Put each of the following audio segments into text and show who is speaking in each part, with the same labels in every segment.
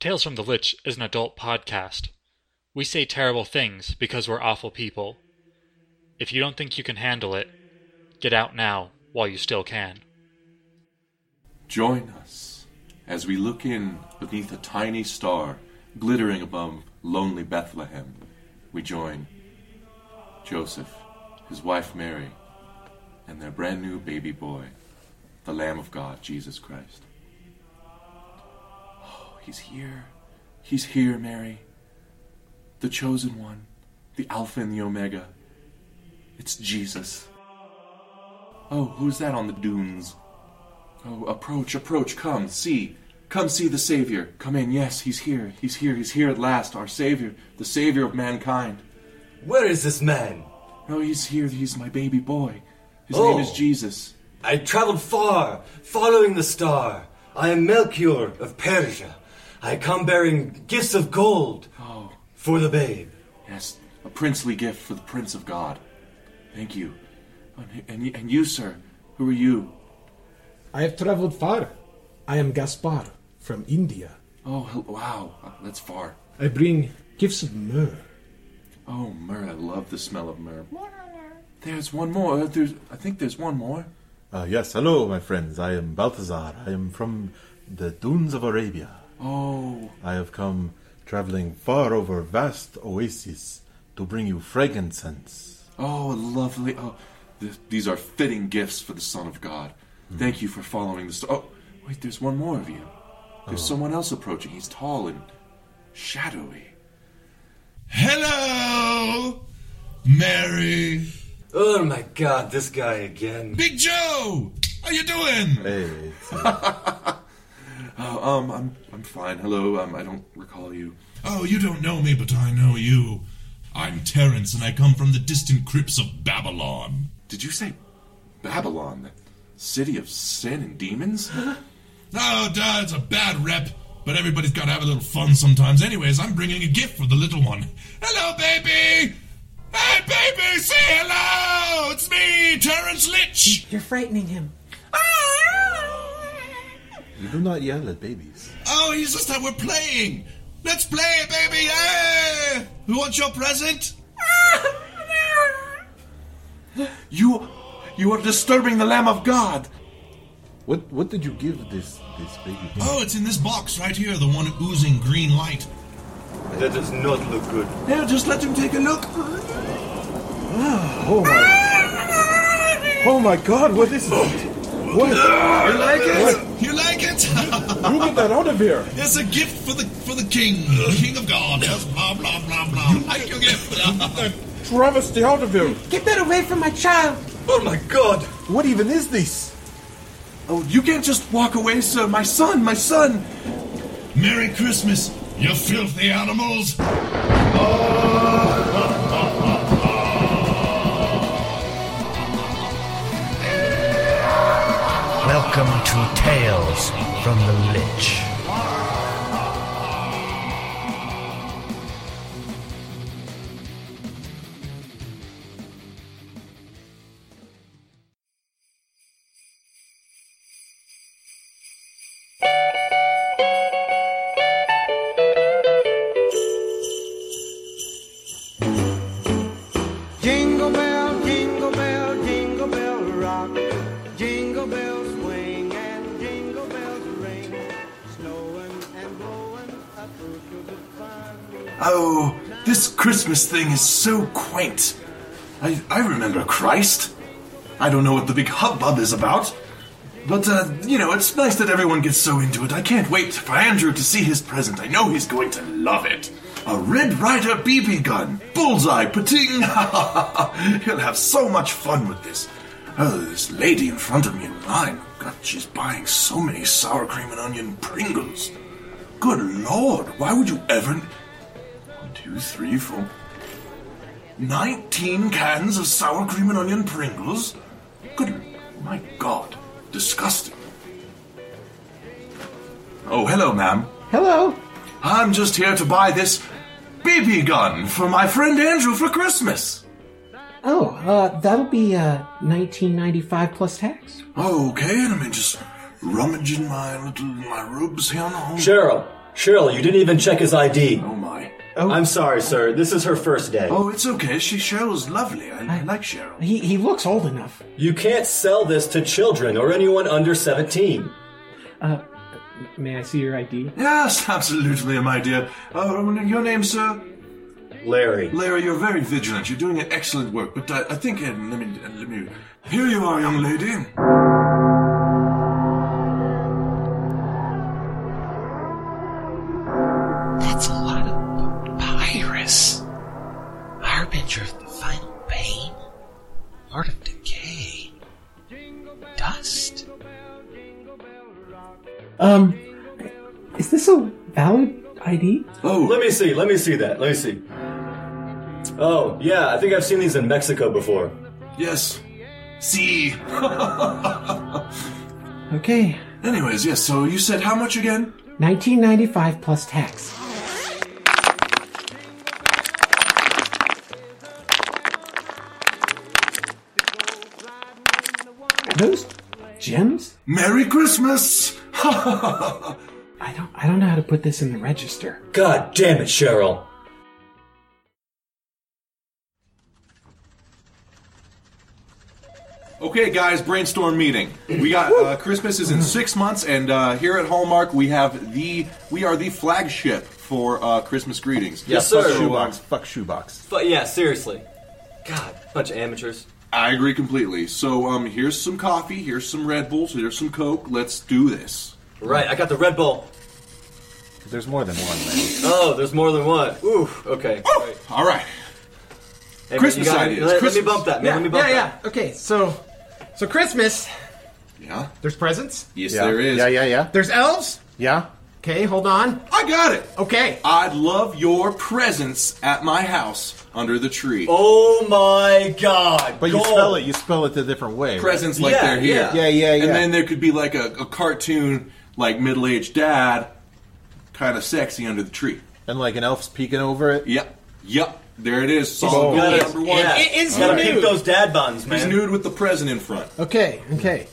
Speaker 1: Tales from the Lich is an adult podcast. We say terrible things because we're awful people. If you don't think you can handle it, get out now while you still can.
Speaker 2: Join us as we look in beneath a tiny star glittering above lonely Bethlehem. We join Joseph, his wife Mary, and their brand new baby boy, the Lamb of God, Jesus Christ. Oh, he's here. He's here, Mary. The chosen one, the Alpha and the Omega. It's Jesus. Oh, who's that on the dunes? Oh, approach, approach, come, see. Come see the Savior. Come in, yes, he's here, he's here, he's here at last, our Savior, the Savior of mankind.
Speaker 3: Where is this man?
Speaker 2: No, he's here, he's my baby boy. His
Speaker 3: Oh.
Speaker 2: name is Jesus.
Speaker 3: I traveled far, following the star. I am Melchior of Persia. I come bearing gifts of gold
Speaker 2: Oh,
Speaker 3: for the babe.
Speaker 2: yes, a princely gift for the Prince of God. Thank you. And, and, y- and you, sir, who are you?
Speaker 4: I have traveled far. I am Gaspar from India.
Speaker 2: Oh, hel- wow, uh, that's far.
Speaker 4: I bring gifts of myrrh.
Speaker 2: Oh, myrrh, I love the smell of myrrh. There's one more. Oh, There's, I think there's one more.
Speaker 5: Uh, yes, hello, my friends. I am Balthazar. I am from the dunes of Arabia.
Speaker 2: Oh,
Speaker 5: I have come traveling far over vast oases to bring you frankincense.
Speaker 2: Oh, lovely. Oh, th- these are fitting gifts for the Son of God.
Speaker 5: Hmm.
Speaker 2: Thank you for following this. Oh, wait, there's one more of you. There's
Speaker 5: Oh.
Speaker 2: someone else approaching. He's tall and shadowy.
Speaker 6: Hello, Mary.
Speaker 3: Oh my god, this guy again.
Speaker 6: Big Joe, how you doing?
Speaker 5: Hey, it's, uh,
Speaker 2: Oh, um, I'm I'm fine. Hello. Um, I don't recall you.
Speaker 6: Oh, you don't know me, but I know you. I'm Terence, and I come from the distant crypts of Babylon.
Speaker 2: Did you say Babylon, the city of sin and demons?
Speaker 6: Oh, duh, it's a bad rep, but everybody's got to have a little fun sometimes. Anyways, I'm bringing a gift for the little one. Hello, baby. Hey, baby, say hello. It's me, Terence Litch.
Speaker 7: You're frightening him.
Speaker 5: you do not yell at babies.
Speaker 6: Oh, he's just that we're playing. Let's play, baby. Hey, who wants your present?
Speaker 2: You, you are disturbing the Lamb of God.
Speaker 5: What What did you give this this baby?
Speaker 6: Oh, it's in this box right here, the one oozing green light.
Speaker 3: That does not look good.
Speaker 2: Here, just let him take a look.
Speaker 5: Oh my! Oh my God! What is it? What?
Speaker 6: You like it? You like it?
Speaker 5: You get that out of here!
Speaker 6: it's a gift for the for the king, the king of God. Yes, blah blah blah blah. Like your gift.
Speaker 5: Travesty out of here!
Speaker 7: Get that away from my child.
Speaker 3: Oh my god!
Speaker 5: What even is this?
Speaker 2: Oh, you can't just walk away, sir. My son, my son.
Speaker 6: Merry Christmas, you filthy animals.
Speaker 8: Welcome to Tales from the Lich.
Speaker 9: Jingle bell, jingle bell, jingle bell rock. Jingle bells swing and jingle bells ring. Snowing and blowing up to the fun.
Speaker 2: Oh, this Christmas thing is so quaint. I, I remember Christ. I don't know what the big hubbub is about. But, uh, you know, it's nice that everyone gets so into it. I can't wait for Andrew to see his present. I know he's going to love it. A Red Rider BB gun. Bullseye, pating. He'll have so much fun with this. Oh, this lady in front of me in line. God, she's buying so many sour cream and onion Pringles. Good lord, why would you ever two, three, four. Nineteen cans of sour cream and onion Pringles? Good, my God, disgusting. Oh, hello, ma'am.
Speaker 10: Hello.
Speaker 2: I'm just here to buy this BB gun for my friend Andrew for Christmas.
Speaker 10: Oh, uh, that'll be uh, 1995 plus tax.
Speaker 2: Okay, let me just rummage in my little my robes here. Now.
Speaker 3: Cheryl,
Speaker 9: Cheryl, you didn't even check his ID. Oh
Speaker 2: my.
Speaker 9: I'm sorry, sir. This is her first day.
Speaker 2: Oh, it's okay. She Cheryl's lovely. I, I like Cheryl.
Speaker 9: He, he looks old enough. You can't sell this to children or anyone under 17.
Speaker 2: Uh,
Speaker 11: May I see your ID?
Speaker 2: Yes, absolutely, my dear. Uh, your name, sir?
Speaker 9: Larry.
Speaker 2: Larry, you're very vigilant. You're doing an excellent work. But I, I think, uh, let me, uh, let me. Here you are, young lady.
Speaker 12: That's a lot of papyrus. Harbinger of the final pain? Lord of decay? Dust?
Speaker 6: Um, is this a valid ID?
Speaker 2: Oh.
Speaker 9: Let me see. Let me see that. Let me see. Oh, yeah. I think I've seen these in Mexico before.
Speaker 2: Yes. See.
Speaker 6: Okay.
Speaker 2: Anyways, yes, so you said how much again?
Speaker 6: 1995 plus tax. Those gems?
Speaker 2: Merry Christmas! I
Speaker 6: don't I don't know how to put this in the register.
Speaker 9: God damn it, Cheryl.
Speaker 2: Okay, guys, brainstorm meeting. We got uh, Christmas is in six months, and uh, here at Hallmark we have the we are the flagship for uh, Christmas greetings.
Speaker 9: Yes, sir.
Speaker 5: Fuck shoebox. Fuck shoebox.
Speaker 9: But yeah, seriously. God, bunch of amateurs.
Speaker 2: I agree completely. So um, here's some coffee, here's some Red Bulls, here's some Coke. Let's do this.
Speaker 9: Right, I got the Red Bull.
Speaker 5: There's more than one. Man.
Speaker 9: Oh, there's more than one. Ooh, okay.
Speaker 2: All right.
Speaker 9: Hey, man, you
Speaker 2: Christmas
Speaker 9: gotta-
Speaker 2: ideas.
Speaker 9: Let, let me
Speaker 2: Christmas.
Speaker 9: bump that, man. let me bump
Speaker 10: yeah,
Speaker 9: that.
Speaker 10: yeah. Okay, so so Christmas.
Speaker 2: Yeah.
Speaker 10: There's presents.
Speaker 2: Yes,
Speaker 5: Yeah.
Speaker 2: there is.
Speaker 5: Yeah, yeah, yeah.
Speaker 10: There's elves.
Speaker 5: Yeah.
Speaker 10: Okay, hold on.
Speaker 2: I got it.
Speaker 10: Okay.
Speaker 2: I'd love your presence at my house under the tree.
Speaker 9: Oh my god.
Speaker 5: But you spell it. You spell it a different way. right?
Speaker 2: Presents like they're here.
Speaker 5: Yeah, yeah, yeah.
Speaker 2: And then there could be like a, a cartoon, like middle aged dad, kind of sexy under the tree.
Speaker 5: And like an elf's peeking over it.
Speaker 2: Yep. Yep. There it is.
Speaker 5: Oh.
Speaker 2: Song
Speaker 5: Got it.
Speaker 2: number one.
Speaker 5: Yeah.
Speaker 10: It is
Speaker 2: All
Speaker 10: the
Speaker 2: right.
Speaker 10: nude. Keep those
Speaker 9: dad buns,
Speaker 2: He's nude with the present in front.
Speaker 10: Okay, okay.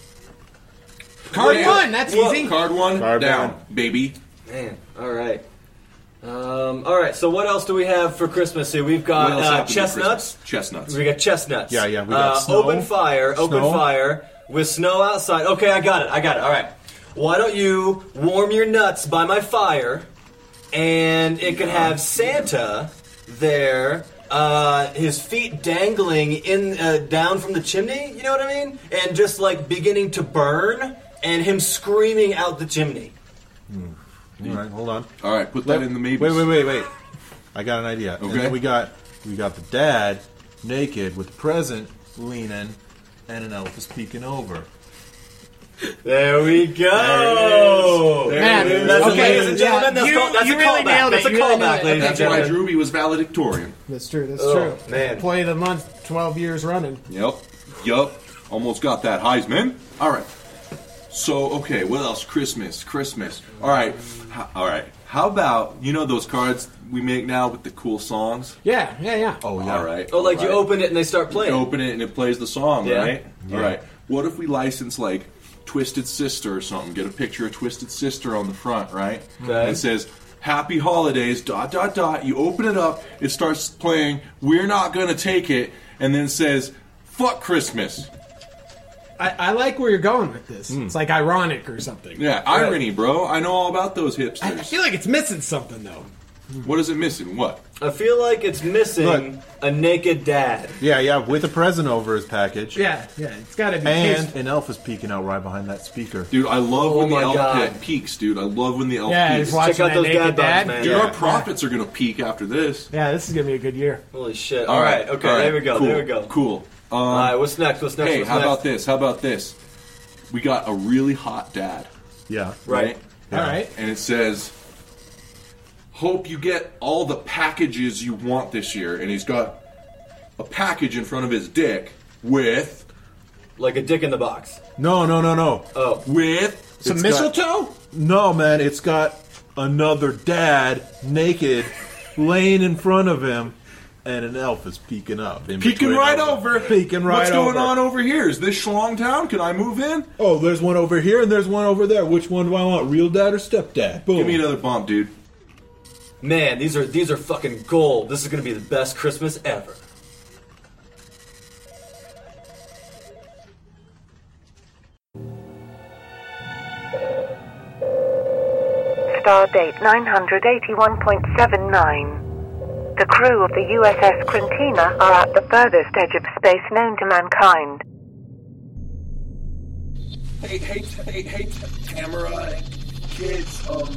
Speaker 10: Card
Speaker 2: Down.
Speaker 10: one. That's
Speaker 2: Whoa.
Speaker 10: easy.
Speaker 2: Card one
Speaker 5: Card
Speaker 2: down, baby.
Speaker 9: Man, all right. Um, all right, so what else do we have for Christmas here? We've got
Speaker 2: What else
Speaker 9: uh,
Speaker 2: happened at
Speaker 9: chestnuts.
Speaker 2: Christmas? Chestnuts.
Speaker 9: We got chestnuts.
Speaker 5: Yeah, yeah, we got
Speaker 9: uh,
Speaker 5: snow.
Speaker 9: Open fire, open
Speaker 5: Snow.
Speaker 9: fire with snow outside. Okay, I got it. I got it. All right. Why don't you warm your nuts by my fire, and it could have Santa there, uh, his feet dangling in uh, down from the chimney. You know what I mean? And just like beginning to burn, and him screaming out the chimney.
Speaker 5: All right, hold on.
Speaker 2: All right, put that
Speaker 5: Wait,
Speaker 2: in the maybe.
Speaker 5: Wait, wait, wait, wait. I got an idea. And
Speaker 2: Okay.
Speaker 5: then we got we got the dad naked with the present leaning, and an elf is peeking over.
Speaker 9: There we go.
Speaker 2: Oh, There it is.
Speaker 9: That's
Speaker 2: Okay,
Speaker 9: ladies and
Speaker 2: yeah,
Speaker 9: gentlemen. That's,
Speaker 2: you-
Speaker 9: call, that's
Speaker 2: you
Speaker 9: a
Speaker 2: really
Speaker 9: callback.
Speaker 2: nailed it.
Speaker 9: That's a
Speaker 2: You really
Speaker 9: callback,
Speaker 2: nailed it.
Speaker 9: ladies and
Speaker 2: That's why
Speaker 9: gentlemen.
Speaker 2: Ruby was valedictorian.
Speaker 10: That's true. That's
Speaker 9: Oh,
Speaker 10: true.
Speaker 9: man.
Speaker 10: play of the month, twelve years running.
Speaker 2: Yep. Yep. Almost got that Heisman. All right. So, okay, what else? Christmas. Christmas. All right. H- All right. How about, you know those cards we make now with the cool songs?
Speaker 10: Yeah, yeah, yeah.
Speaker 5: Oh,
Speaker 2: All right.
Speaker 9: Oh, like you
Speaker 2: All right.
Speaker 9: open it and they start playing.
Speaker 2: You open it and it plays the song,
Speaker 9: Yeah.
Speaker 2: right?
Speaker 5: Yeah.
Speaker 2: All right. What if we license like Twisted Sister or something? Get a picture of Twisted Sister on the front, right?
Speaker 9: Okay.
Speaker 2: And it says Happy Holidays. Dot dot dot. You open it up. It starts playing. We're not gonna take it. And then says Fuck Christmas.
Speaker 10: I, I like where you're going with this.
Speaker 5: Hmm.
Speaker 10: It's like ironic or something.
Speaker 2: Yeah, irony, bro. I know all about those
Speaker 10: I
Speaker 2: hipsters.
Speaker 10: feel like it's missing something though.
Speaker 2: What is it missing? What?
Speaker 9: I feel like it's missing
Speaker 5: Look.
Speaker 9: a naked dad.
Speaker 5: Yeah, yeah, with a present over his package.
Speaker 10: Yeah, yeah. It's got to be.
Speaker 5: And an elf is peeking out right behind that speaker.
Speaker 2: Dude, I love when the
Speaker 9: Oh my
Speaker 2: elf
Speaker 9: God.
Speaker 2: pe- peaks, dude. I love when the elf
Speaker 10: Yeah,
Speaker 2: peaks.
Speaker 10: he's watching
Speaker 9: Check out
Speaker 10: that
Speaker 9: those
Speaker 10: naked
Speaker 9: dad buns,
Speaker 10: dad.
Speaker 9: man.
Speaker 2: Dude,
Speaker 9: Yeah.
Speaker 2: our profits are gonna peak after this.
Speaker 10: Yeah, this is gonna be a good year.
Speaker 9: Holy shit.
Speaker 2: All
Speaker 9: All right.
Speaker 2: right,
Speaker 9: Okay,
Speaker 2: all right,
Speaker 9: there we go.
Speaker 2: cool,
Speaker 9: There we go.
Speaker 2: Cool. Um,
Speaker 9: All right, what's next? What's next?
Speaker 2: Hey,
Speaker 9: what's
Speaker 2: how
Speaker 9: next?
Speaker 2: about this? How about this? We got a really hot dad,
Speaker 5: Yeah.
Speaker 9: Right.
Speaker 10: All right.
Speaker 2: And it says, "Hope you get all the packages you want this year." And he's got a package in front of his dick with
Speaker 9: Like a dick in the box.
Speaker 5: No, no, no, no.
Speaker 9: Oh.
Speaker 2: with
Speaker 10: Some
Speaker 5: It's got-
Speaker 10: mistletoe.
Speaker 5: No, man, it's got another dad naked laying in front of him, and an elf is peeking up. in
Speaker 6: Peeking
Speaker 5: between
Speaker 6: right
Speaker 5: them.
Speaker 6: over.
Speaker 5: Peeking right
Speaker 6: What's going
Speaker 5: over.
Speaker 6: on over here? Is this Schlong Town? Can I move in?
Speaker 5: Oh, there's one over here and there's one over there. Which one do I want? Real dad or stepdad? Boom.
Speaker 6: Give me another bump, dude.
Speaker 9: Man, these are these are fucking gold. This is gonna be the best Christmas ever.
Speaker 13: Star date 981.79. The crew of the USS Quintina are at the furthest edge of space known to mankind.
Speaker 14: Hey, hey, hey, hey, Tamara, kids, um,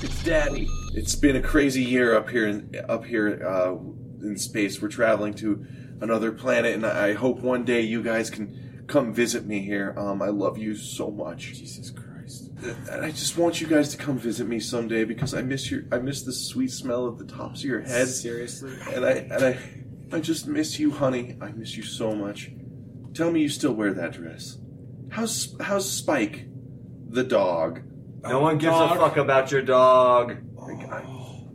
Speaker 14: it's Daddy.
Speaker 6: It's been a crazy year up here in up here uh, in space. We're traveling to another planet, and I hope one day you guys can come visit me here. Um, I love you so much. Jesus Christ! And I just want you guys to come visit me someday because I miss your I miss the sweet smell of the tops of your heads.
Speaker 9: Seriously?
Speaker 6: And I and I I just miss you, honey. I miss you so much. Tell me you still wear that dress. How's how's Spike, the dog?
Speaker 9: No one gives a fuck about your dog.
Speaker 6: Oh.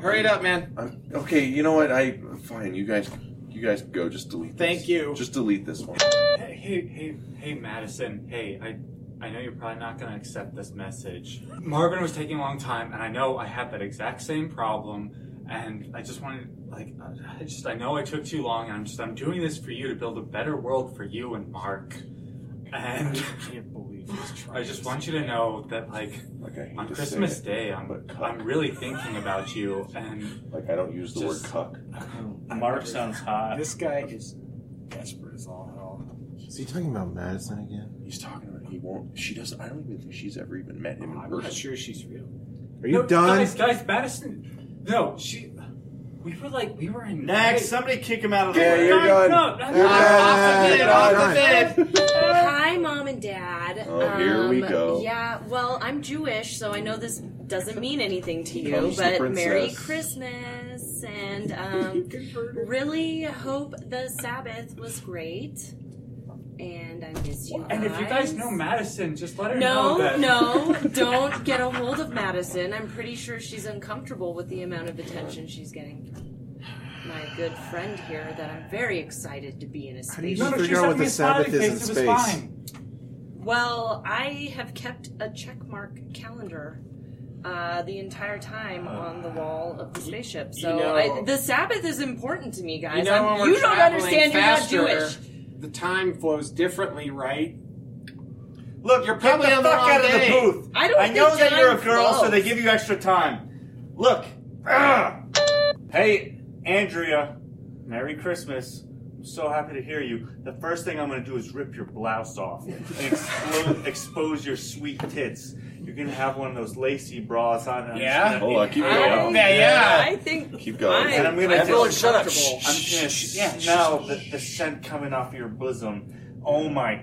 Speaker 6: Hurry it up, man. okay, you know what? I fine. You guys, you guys go. Just delete. Thank you. Just delete this one.
Speaker 1: Hey, hey, hey, hey, Madison. Hey, I, I know you're probably not going to accept this message. Marvin was taking a long time, and I know I had that exact same problem. And I just wanted, like, I just, I know I took too long, and I'm just, I'm doing this for you to build a better world for you and Mark. And I can't believe I just want you to know that, like, on
Speaker 6: to say
Speaker 1: Christmas
Speaker 6: it,
Speaker 1: Day, I'm, I'm really thinking about you, and
Speaker 6: like, I don't use the word
Speaker 1: cuck.
Speaker 8: Mark sounds hot.
Speaker 15: This guy is desperate as all hell.
Speaker 5: Is he talking about Madison again?
Speaker 6: He's talking about he won't. She doesn't. I don't even think she's ever even met him in
Speaker 15: I'm
Speaker 6: person.
Speaker 15: not sure she's real.
Speaker 5: Are you
Speaker 1: No,
Speaker 5: done?
Speaker 1: Guys, guys, Madison. No, she. We were like, we were in.
Speaker 8: Next, somebody kick him out of the
Speaker 1: Yeah,
Speaker 8: way.
Speaker 1: you're done. You're
Speaker 5: done.
Speaker 8: Off the bed, off the bed.
Speaker 16: Hi, mom and dad. Um,
Speaker 6: Oh, here we go.
Speaker 16: Yeah, well, I'm Jewish, so I know this doesn't mean anything to
Speaker 6: Here
Speaker 16: you,
Speaker 6: comes the
Speaker 16: but Merry
Speaker 6: princess.
Speaker 16: Christmas, and um, really hope the Sabbath was great, and I miss you.
Speaker 1: And if you guys know Madison, just let her know.
Speaker 16: No, no,
Speaker 1: that-
Speaker 16: don't get a hold of Madison. I'm pretty sure she's uncomfortable with the amount of attention she's getting. My good friend here, that I'm very excited to be in a space.
Speaker 5: How do you just figure out what the Sabbath is in space?
Speaker 16: Well, I have kept a checkmark calendar uh, the entire time on the wall of the spaceship. So
Speaker 17: Uh, know-
Speaker 16: I, the Sabbath is important to me, guys.
Speaker 17: you know,
Speaker 16: I'm-
Speaker 17: when we're
Speaker 16: you don't
Speaker 17: traveling
Speaker 16: understand.
Speaker 17: faster,
Speaker 16: You're not Jewish.
Speaker 17: The time flows differently, right?
Speaker 8: Look, you're probably
Speaker 17: Get the
Speaker 8: on the
Speaker 17: fuck
Speaker 8: wrong
Speaker 17: out of the
Speaker 8: day.
Speaker 17: booth.
Speaker 16: I don't
Speaker 8: I know
Speaker 16: think
Speaker 8: that you're a
Speaker 16: time
Speaker 8: girl, so
Speaker 16: flows.
Speaker 8: they give you extra time. Look. Ah! Hey, Andrea. Merry Christmas. I'm so happy to hear you. The first thing I'm going to do is rip your blouse off and explo- expose your sweet tits. You're going to have one of those lacy bras on. and I'm just
Speaker 6: Yeah?
Speaker 8: gonna-
Speaker 6: Hold on, keep
Speaker 8: I-
Speaker 6: going.
Speaker 8: Yeah, yeah.
Speaker 16: I think
Speaker 6: Keep going.
Speaker 8: And I'm gonna
Speaker 6: I'm
Speaker 8: just-
Speaker 6: really shut up.
Speaker 8: I'm just gonna smell the, the scent coming off of your bosom. Oh my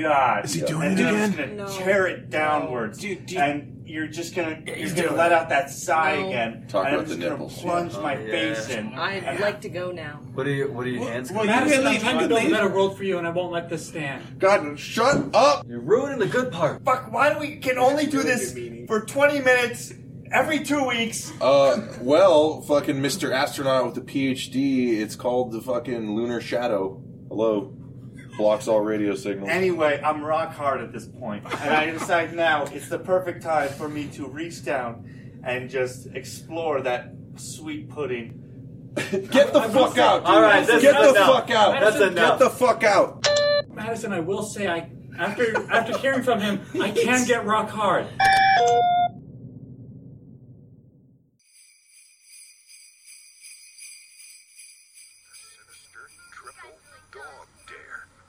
Speaker 8: god!
Speaker 5: Is he doing
Speaker 8: and
Speaker 5: it
Speaker 8: then I'm just
Speaker 5: again?
Speaker 8: gonna tear it downwards, and you're just gonna you're gonna let out that sigh
Speaker 16: No.
Speaker 8: again.
Speaker 6: Talk about
Speaker 8: and I'm
Speaker 6: the
Speaker 8: just gonna
Speaker 6: nipples,
Speaker 8: plunge
Speaker 6: yeah.
Speaker 8: my
Speaker 6: Oh, yeah.
Speaker 8: face in.
Speaker 16: I'd like to go now.
Speaker 1: What are you? What are your hands? Well,
Speaker 8: gonna
Speaker 1: Madison,
Speaker 8: do?
Speaker 1: I'm trying to
Speaker 8: Leave.
Speaker 1: build a better world for you, and I won't let this stand.
Speaker 6: God, shut up!
Speaker 1: You're ruining the good part.
Speaker 8: Fuck! Why do we can only do this for 20 minutes every two weeks?
Speaker 6: Uh, well, fucking Mr. Astronaut with a PhD. It's called the fucking lunar shadow. Hello, blocks all radio signals.
Speaker 8: Anyway, I'm rock hard at this point, and I decide now it's the perfect time for me to reach down and just explore that sweet pudding.
Speaker 6: Get the fuck out! dude.
Speaker 8: All right, that's
Speaker 6: get the
Speaker 8: enough.
Speaker 6: fuck out!
Speaker 8: That's
Speaker 6: Get
Speaker 8: enough.
Speaker 6: the fuck out!
Speaker 1: Madison, I will say, I after after hearing from him, I can get rock hard.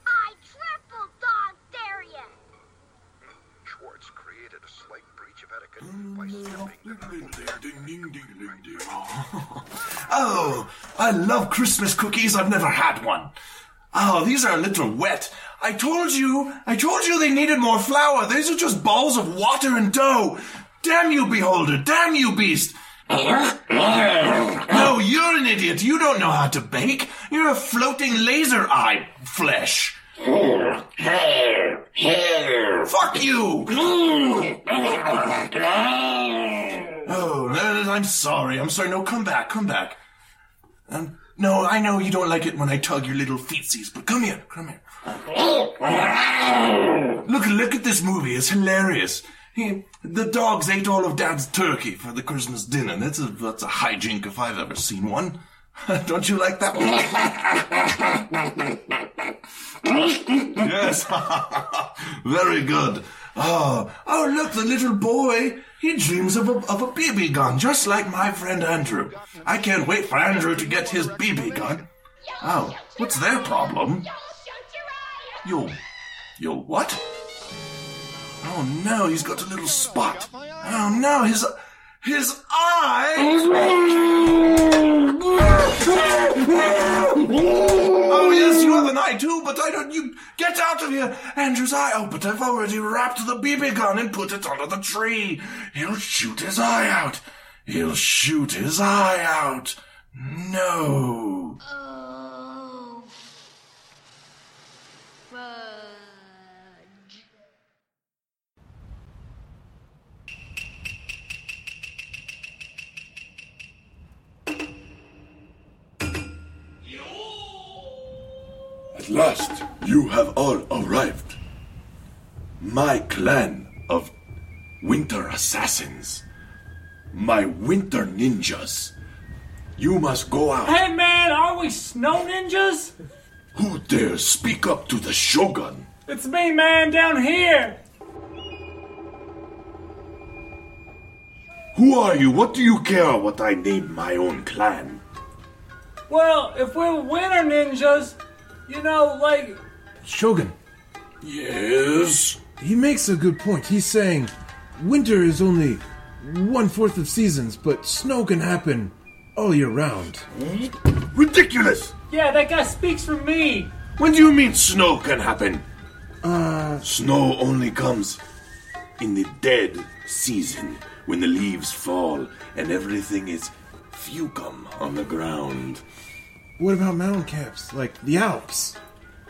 Speaker 18: I triple dog dare ya!
Speaker 19: Schwartz created a slight breach of etiquette by stepping
Speaker 6: Oh, I love Christmas cookies. I've never had one. Oh, these are a little wet. I told you, I told you they needed more flour. These are just balls of water and dough. Damn you, beholder. Damn you, beast. No, you're an idiot. You don't know how to bake. You're a floating laser eye flesh. Fuck you! Oh, I I'm sorry. I'm sorry. No, come back. Come back. Um, no, I know you don't like it when I tug your little feetsies, but come here. Come here. Look, look at this movie. It's hilarious. He, the dogs ate all of Dad's turkey for the Christmas dinner. That's a, that's a hijink if I've ever seen one. Don't you like that? yes. Very good. Oh, oh, look, the little boy. He dreams of a, of a BB gun, just like my friend Andrew. I can't wait for Andrew to get his BB gun. Oh, what's their problem? You'll. You'll what? Oh no, he's got a little spot. Oh no, his. His eye! oh yes, you have an eye too, but I don't. You get out of here, Andrew's eye. Oh, but I've already wrapped the BB gun and put it under the tree. He'll shoot his eye out. He'll shoot his eye out. No.
Speaker 10: At last, you have all arrived. My clan of winter assassins, my winter ninjas. You must go out.
Speaker 1: Hey man, are we snow ninjas?
Speaker 10: Who dare speak up to the shogun?
Speaker 1: It's me, man, down here.
Speaker 10: Who are you? What do you care what I name my own clan?
Speaker 1: Well, if we're winter ninjas, you know, like
Speaker 20: Shogun.
Speaker 10: Yes.
Speaker 20: He makes a good point. He's saying winter is only one fourth of seasons, but snow can happen all year round.
Speaker 10: Hmm? Ridiculous!
Speaker 1: yeah, that guy speaks for me.
Speaker 10: When do you mean snow can happen?
Speaker 20: Uh,
Speaker 10: Snow only comes in the dead season when the leaves fall and everything is fucum on the ground.
Speaker 20: what about mountain caps? Like the Alps?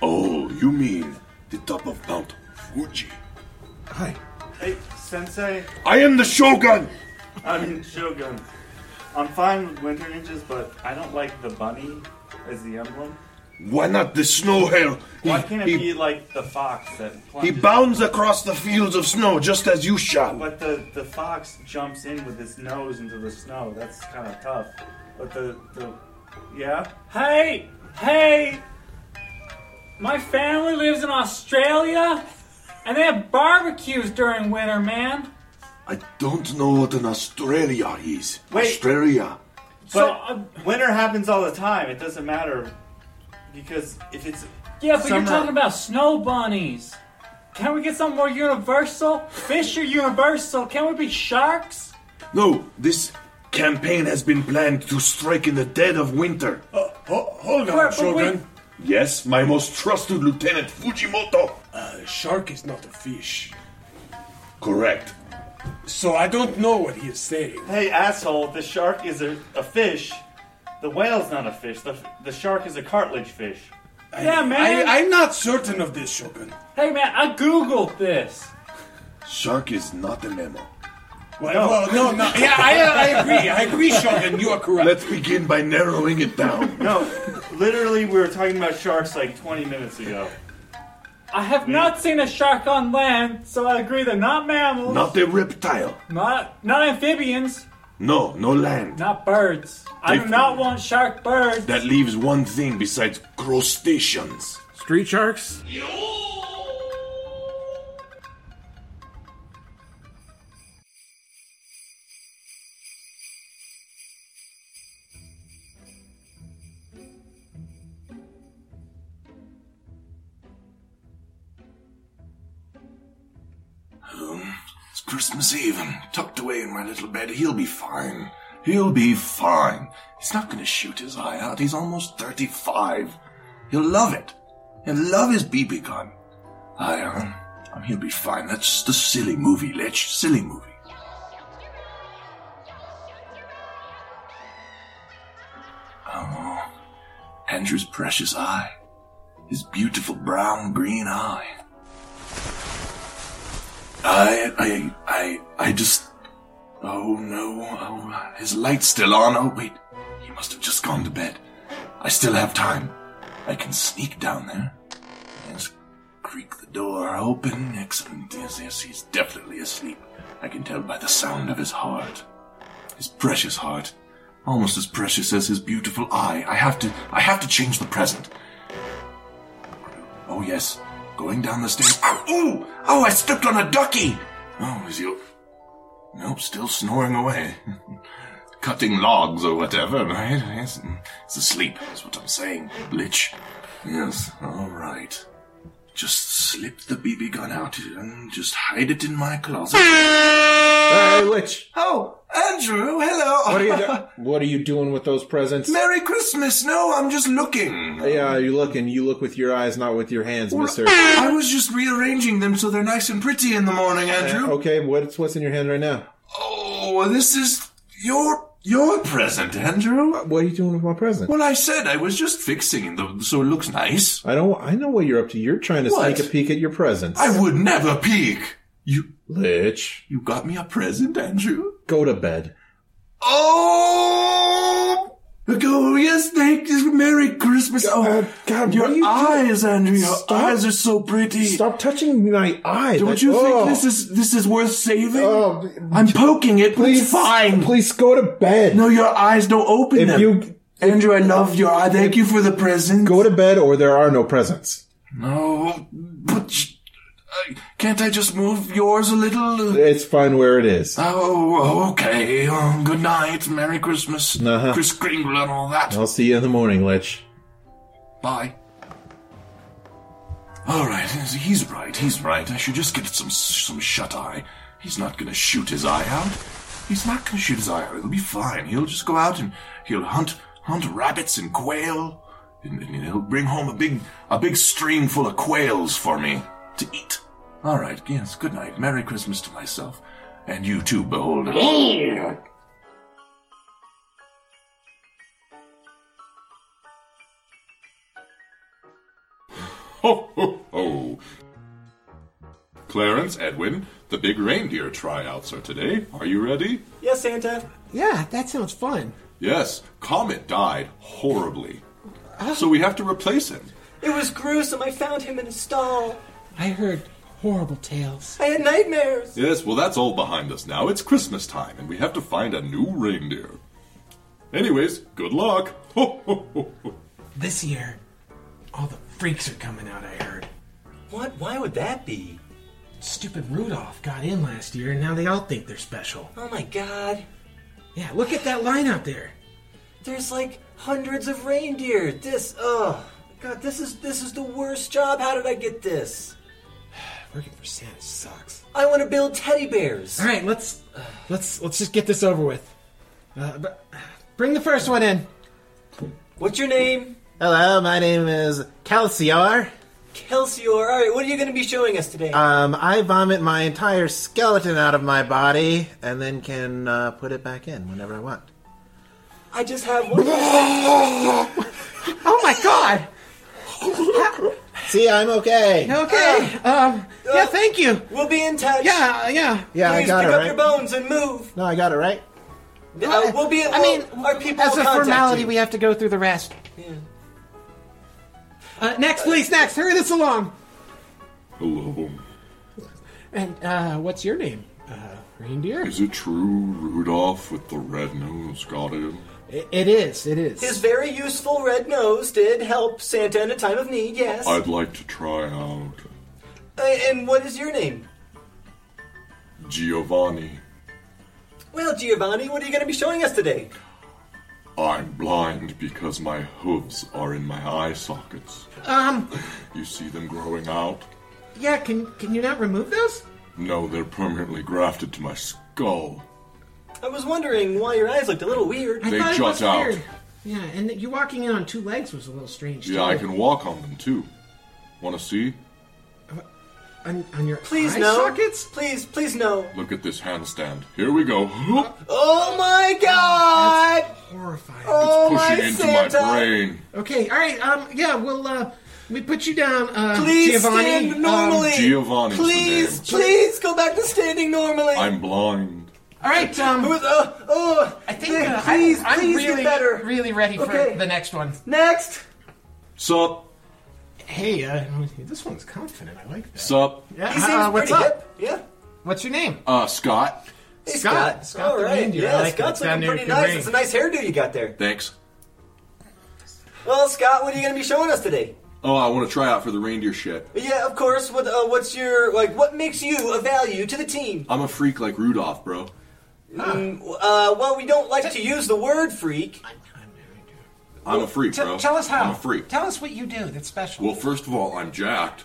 Speaker 10: Oh, you mean the top of Mount Fuji?
Speaker 20: Hi.
Speaker 8: Hey, Sensei.
Speaker 10: I am the Shogun!
Speaker 8: I mean, Shogun. I'm fine with Winter Ninjas, but I don't like the bunny as the emblem.
Speaker 10: Why not the snow hare?
Speaker 8: Why can't
Speaker 10: he,
Speaker 8: it be like the fox that
Speaker 10: he
Speaker 8: plunges?
Speaker 10: bounds across the fields of snow just as you shall.
Speaker 8: But the, the fox jumps in with his nose into the snow. That's kind of tough. But the, the. Yeah?
Speaker 1: Hey, hey. My family lives in Australia, and they have barbecues during winter, man.
Speaker 10: I don't know what an Australia is.
Speaker 8: Wait.
Speaker 10: Australia.
Speaker 8: But
Speaker 1: um,
Speaker 8: winter happens all the time. It doesn't matter. Because if it's.
Speaker 1: Yeah, but
Speaker 8: summer-
Speaker 1: you're talking about snow bunnies. Can we get something more universal? Fish are universal. Can we be sharks?
Speaker 10: No, this campaign has been planned to strike in the dead of winter.
Speaker 1: Hold on, Shogun.
Speaker 10: Yes, my most trusted lieutenant, Fujimoto.
Speaker 21: A shark is not a fish.
Speaker 10: Correct.
Speaker 21: So I don't know what he is saying.
Speaker 8: Hey, asshole, the shark is a, a fish. The whale's not a fish. The, the shark is a cartilage fish.
Speaker 1: Yeah, man.
Speaker 21: I, am not certain of this, Shogun.
Speaker 1: Hey, man, I googled this.
Speaker 10: Shark is not a mammal.
Speaker 21: Well, well, no, no. Yeah, I, I agree. I agree, Shogun. You are correct.
Speaker 10: Let's begin by narrowing it down.
Speaker 8: No, literally, we were talking about sharks like 20 minutes ago.
Speaker 1: I have not seen a shark on land, so I agree they're not mammals.
Speaker 10: Not a reptile.
Speaker 1: Not, not amphibians.
Speaker 10: No, no land.
Speaker 1: Not birds. I do
Speaker 10: They-
Speaker 1: not want shark birds.
Speaker 10: That leaves one thing besides crustaceans.
Speaker 22: Street sharks?
Speaker 10: Um,
Speaker 6: It's Christmas Eve. I'm tucked away in my little bed. He'll be fine. He'll be fine. He's not going to shoot his eye out. He's almost 35. He'll love it. He'll love his BB gun. I, um, um, he'll be fine. That's the silly movie, Lich. Silly movie. Oh, Andrew's precious eye. His beautiful brown green eye. I, I, I, I just. Oh no, oh, his light's still on. Oh wait, he must have just gone to bed. I still have time. I can sneak down there. Yes, creak the door open. Excellent. Yes, yes, he's definitely asleep. I can tell by the sound of his heart. His precious heart. Almost as precious as his beautiful eye. I have to, I have to change the present. Oh yes, going down the stairs. Ow! Ooh! Oh, I stepped on a ducky! Oh, is he Nope, still snoring away. Cutting logs or whatever, right? Yes. It's asleep, is what I'm saying. Lich. Yes, alright. Just slip the BB gun out and just hide it in my closet.
Speaker 5: Hey, Lich.
Speaker 6: Oh, Andrew, hello.
Speaker 5: What are you do- What are you doing with those presents?
Speaker 6: Merry Christmas! No, I'm just looking.
Speaker 5: Yeah, you look and you look with your eyes, not with your hands, Mister.
Speaker 6: I was just rearranging them so they're nice and pretty in the morning, Andrew.
Speaker 5: Uh, okay, what's what's in your hand right now?
Speaker 6: Oh, this is your your present, Andrew.
Speaker 5: What are you doing with my present?
Speaker 6: Well, I said I was just fixing them so it looks nice.
Speaker 5: I don't. I know what you're up to. You're trying to
Speaker 6: What?
Speaker 5: sneak a peek at your presents.
Speaker 6: I would never peek.
Speaker 5: Lich,
Speaker 6: you got me a present, Andrew.
Speaker 5: Go to bed.
Speaker 6: Oh, go yes, thank you. Merry Christmas. oh,
Speaker 5: God,
Speaker 6: your
Speaker 5: what are you
Speaker 6: eyes, Andrew. Your
Speaker 5: Stop.
Speaker 6: eyes are so pretty.
Speaker 5: Stop touching my eye.
Speaker 6: Don't
Speaker 5: That-
Speaker 6: you
Speaker 5: oh.
Speaker 6: think this is this is worth saving?
Speaker 5: Oh,
Speaker 6: I'm poking it. Please,
Speaker 5: Please-
Speaker 6: it's fine.
Speaker 5: Please go to bed.
Speaker 6: No, your eyes don't open
Speaker 5: If
Speaker 6: them.
Speaker 5: you-
Speaker 6: Andrew, I love your eye. Thank you for the present.
Speaker 5: Go to bed, or there are no presents.
Speaker 6: No, but sh- I- can't I just move yours a little?
Speaker 5: It's fine where it is.
Speaker 6: Oh, okay. Um, good night. Merry Christmas.
Speaker 5: Uh-huh.
Speaker 6: Chris Kringle and all that.
Speaker 5: I'll see you in the morning, Lich.
Speaker 6: Bye. All right, he's- he's right. He's right. I should just get some some shut eye. He's not going to shoot his eye out. He's not going to shoot his eye out. It'll be fine. He'll just go out and he'll hunt hunt rabbits and quail, and, and he'll bring home a big a big string full of quails for me to eat. All right. Yes. Good night. Merry Christmas to myself, and you too, beholder.
Speaker 2: Ho, ho, ho. Clarence, Edwin, the big reindeer tryouts are today. Are you ready?
Speaker 9: Yes, Santa.
Speaker 10: Yeah, that sounds fun.
Speaker 2: Yes, Comet died horribly. So we have to replace him.
Speaker 9: It was gruesome. I found him in a stall.
Speaker 10: I heard horrible tales.
Speaker 9: I had nightmares.
Speaker 2: Yes, well, that's all behind us now. It's Christmas time, and we have to find a new reindeer. Anyways, good luck. Ho, ho, ho, ho.
Speaker 10: This year, all the freaks are coming out, I heard.
Speaker 9: What? Why would that be?
Speaker 10: Stupid Rudolph got in last year, and now they all think they're special.
Speaker 9: Oh my god.
Speaker 10: Yeah, look at that line out there.
Speaker 9: There's like hundreds of reindeer. This, oh god, this is this is the worst job. How did I get this?
Speaker 10: Working for Santa sucks.
Speaker 9: I want to build teddy bears.
Speaker 10: All right, let's let's let's just get this over with. Uh, but, bring the first one in.
Speaker 9: What's your name?
Speaker 23: Hello, my name is Calcior.
Speaker 9: Kelsior. All right, what are you going to be showing us today?
Speaker 23: Um, I vomit my entire skeleton out of my body and then can uh, put it back in whenever I want.
Speaker 9: I just have one. oh
Speaker 10: my god.
Speaker 23: See, I'm okay.
Speaker 10: Okay. um. yeah. Thank you.
Speaker 9: Uh, We'll be in touch.
Speaker 10: Yeah. uh, Yeah.
Speaker 23: Yeah, I
Speaker 9: Please
Speaker 23: got
Speaker 9: pick
Speaker 23: it
Speaker 9: up
Speaker 23: right.
Speaker 9: your bones and move.
Speaker 23: No, I got it right.
Speaker 9: Uh, we'll be.
Speaker 23: I
Speaker 9: we'll- our people
Speaker 10: As
Speaker 9: will
Speaker 10: a
Speaker 9: contact
Speaker 10: formality,
Speaker 9: you.
Speaker 10: we have to go through the rest. Uh, next, please. Next, hurry this along.
Speaker 2: Hello.
Speaker 10: And uh, what's your name? Uh, reindeer.
Speaker 2: Is it true Rudolph with the red nose got him?
Speaker 10: It is. It is.
Speaker 9: His very useful red nose did help Santa in a time of need. Yes.
Speaker 2: I'd like to try out
Speaker 9: Uh, and what is your name?
Speaker 2: Giovanni.
Speaker 9: Well, Giovanni, what are you going to be showing us today?
Speaker 2: I'm blind because my hooves are in my eye sockets.
Speaker 10: Um.
Speaker 2: You see them growing out?
Speaker 10: Yeah. Can Can you not remove those?
Speaker 2: No, they're permanently grafted to my skull.
Speaker 9: I was wondering why your eyes looked a little weird.
Speaker 10: I
Speaker 2: They
Speaker 10: thought it
Speaker 2: jut
Speaker 10: was
Speaker 2: out.
Speaker 10: weird. Yeah, and that you walking in on two legs was a little strange.
Speaker 2: Yeah, I
Speaker 10: too.
Speaker 2: can walk on them too. Want to see?
Speaker 10: On, on your
Speaker 9: Please
Speaker 10: eye
Speaker 9: no.
Speaker 10: sockets.
Speaker 9: Please, please no.
Speaker 2: Look at this handstand. Here we go.
Speaker 9: Oh my god!
Speaker 10: horrifying.
Speaker 9: Oh
Speaker 2: Pushing
Speaker 9: my
Speaker 2: into
Speaker 9: Santa!
Speaker 2: my brain.
Speaker 10: Okay, all right. Um, yeah, we'll uh, we put you down, uh,
Speaker 9: Please
Speaker 10: Giovanni.
Speaker 9: stand normally.
Speaker 2: Giovanni's the
Speaker 9: please,
Speaker 2: name.
Speaker 9: please go back to standing normally.
Speaker 2: I'm blind.
Speaker 24: All right, um,
Speaker 9: Who is- oh, oh,
Speaker 24: I think
Speaker 9: Nick,
Speaker 24: uh,
Speaker 9: please,
Speaker 24: I, am
Speaker 9: please
Speaker 24: really,
Speaker 9: get better.
Speaker 24: really ready for
Speaker 9: Okay.
Speaker 24: the next one.
Speaker 9: Next.
Speaker 2: Sup?
Speaker 10: Hey, uh, this one's confident. I like Uh, that.
Speaker 2: Sup?
Speaker 10: Yeah,
Speaker 24: He seems pretty hip.
Speaker 9: Yeah.
Speaker 24: What's your name?
Speaker 2: Uh, Scott.
Speaker 24: Hey, Scott. Scott.
Speaker 9: All
Speaker 24: the
Speaker 9: right.
Speaker 24: reindeer. I
Speaker 9: Yeah,
Speaker 24: like it. It's
Speaker 9: Scott's
Speaker 24: down
Speaker 9: looking
Speaker 24: near
Speaker 9: pretty
Speaker 24: the
Speaker 9: nice.
Speaker 24: ring.
Speaker 9: It's a nice hairdo you got there.
Speaker 2: Thanks.
Speaker 9: Well, Scott, what are you going to be showing us today?
Speaker 2: Oh, I want to try out for the reindeer shit.
Speaker 9: Yeah, of course. What, uh, what's your like? What makes you a value to the team?
Speaker 2: I'm a freak like Rudolph, bro.
Speaker 9: Mm, uh, well, we don't like to use the word freak.
Speaker 2: I'm a freak,
Speaker 24: Te-
Speaker 2: bro.
Speaker 24: tell us how.
Speaker 2: I'm a freak.
Speaker 24: Tell us what you do that's special.
Speaker 2: Well, first of all, I'm jacked.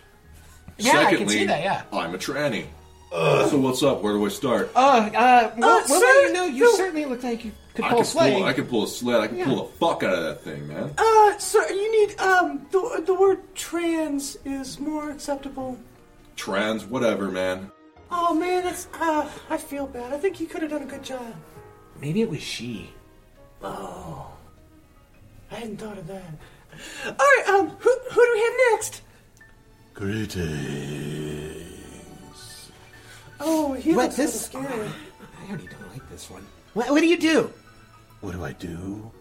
Speaker 24: Yeah, I can
Speaker 2: Secondly,
Speaker 24: see that, yeah.
Speaker 2: I'm a tranny. So what's up? Where do I start?
Speaker 24: Oh, uh,
Speaker 15: well,
Speaker 24: Uh,
Speaker 15: well,
Speaker 24: sir,
Speaker 15: wait, no, you
Speaker 24: no.
Speaker 15: certainly look like you could
Speaker 2: I
Speaker 15: pull
Speaker 2: can
Speaker 15: a sleigh.
Speaker 2: pull. I can pull a sled. I can
Speaker 15: Yeah.
Speaker 2: pull the fuck out of that thing, man.
Speaker 7: Uh, sir, you need, um, the, the word trans is more acceptable.
Speaker 2: Trans, whatever, man.
Speaker 7: Oh man, that's, uh, I feel bad. I think you could have done a good job.
Speaker 24: Maybe it was she.
Speaker 7: Oh. I hadn't thought of that. Alright, um, who, who do we have next?
Speaker 2: Greetings.
Speaker 7: Oh, he
Speaker 24: What,
Speaker 7: looks kinda
Speaker 24: this-
Speaker 7: scary.
Speaker 24: I already don't like this one. What, what do you do?
Speaker 25: What do I do?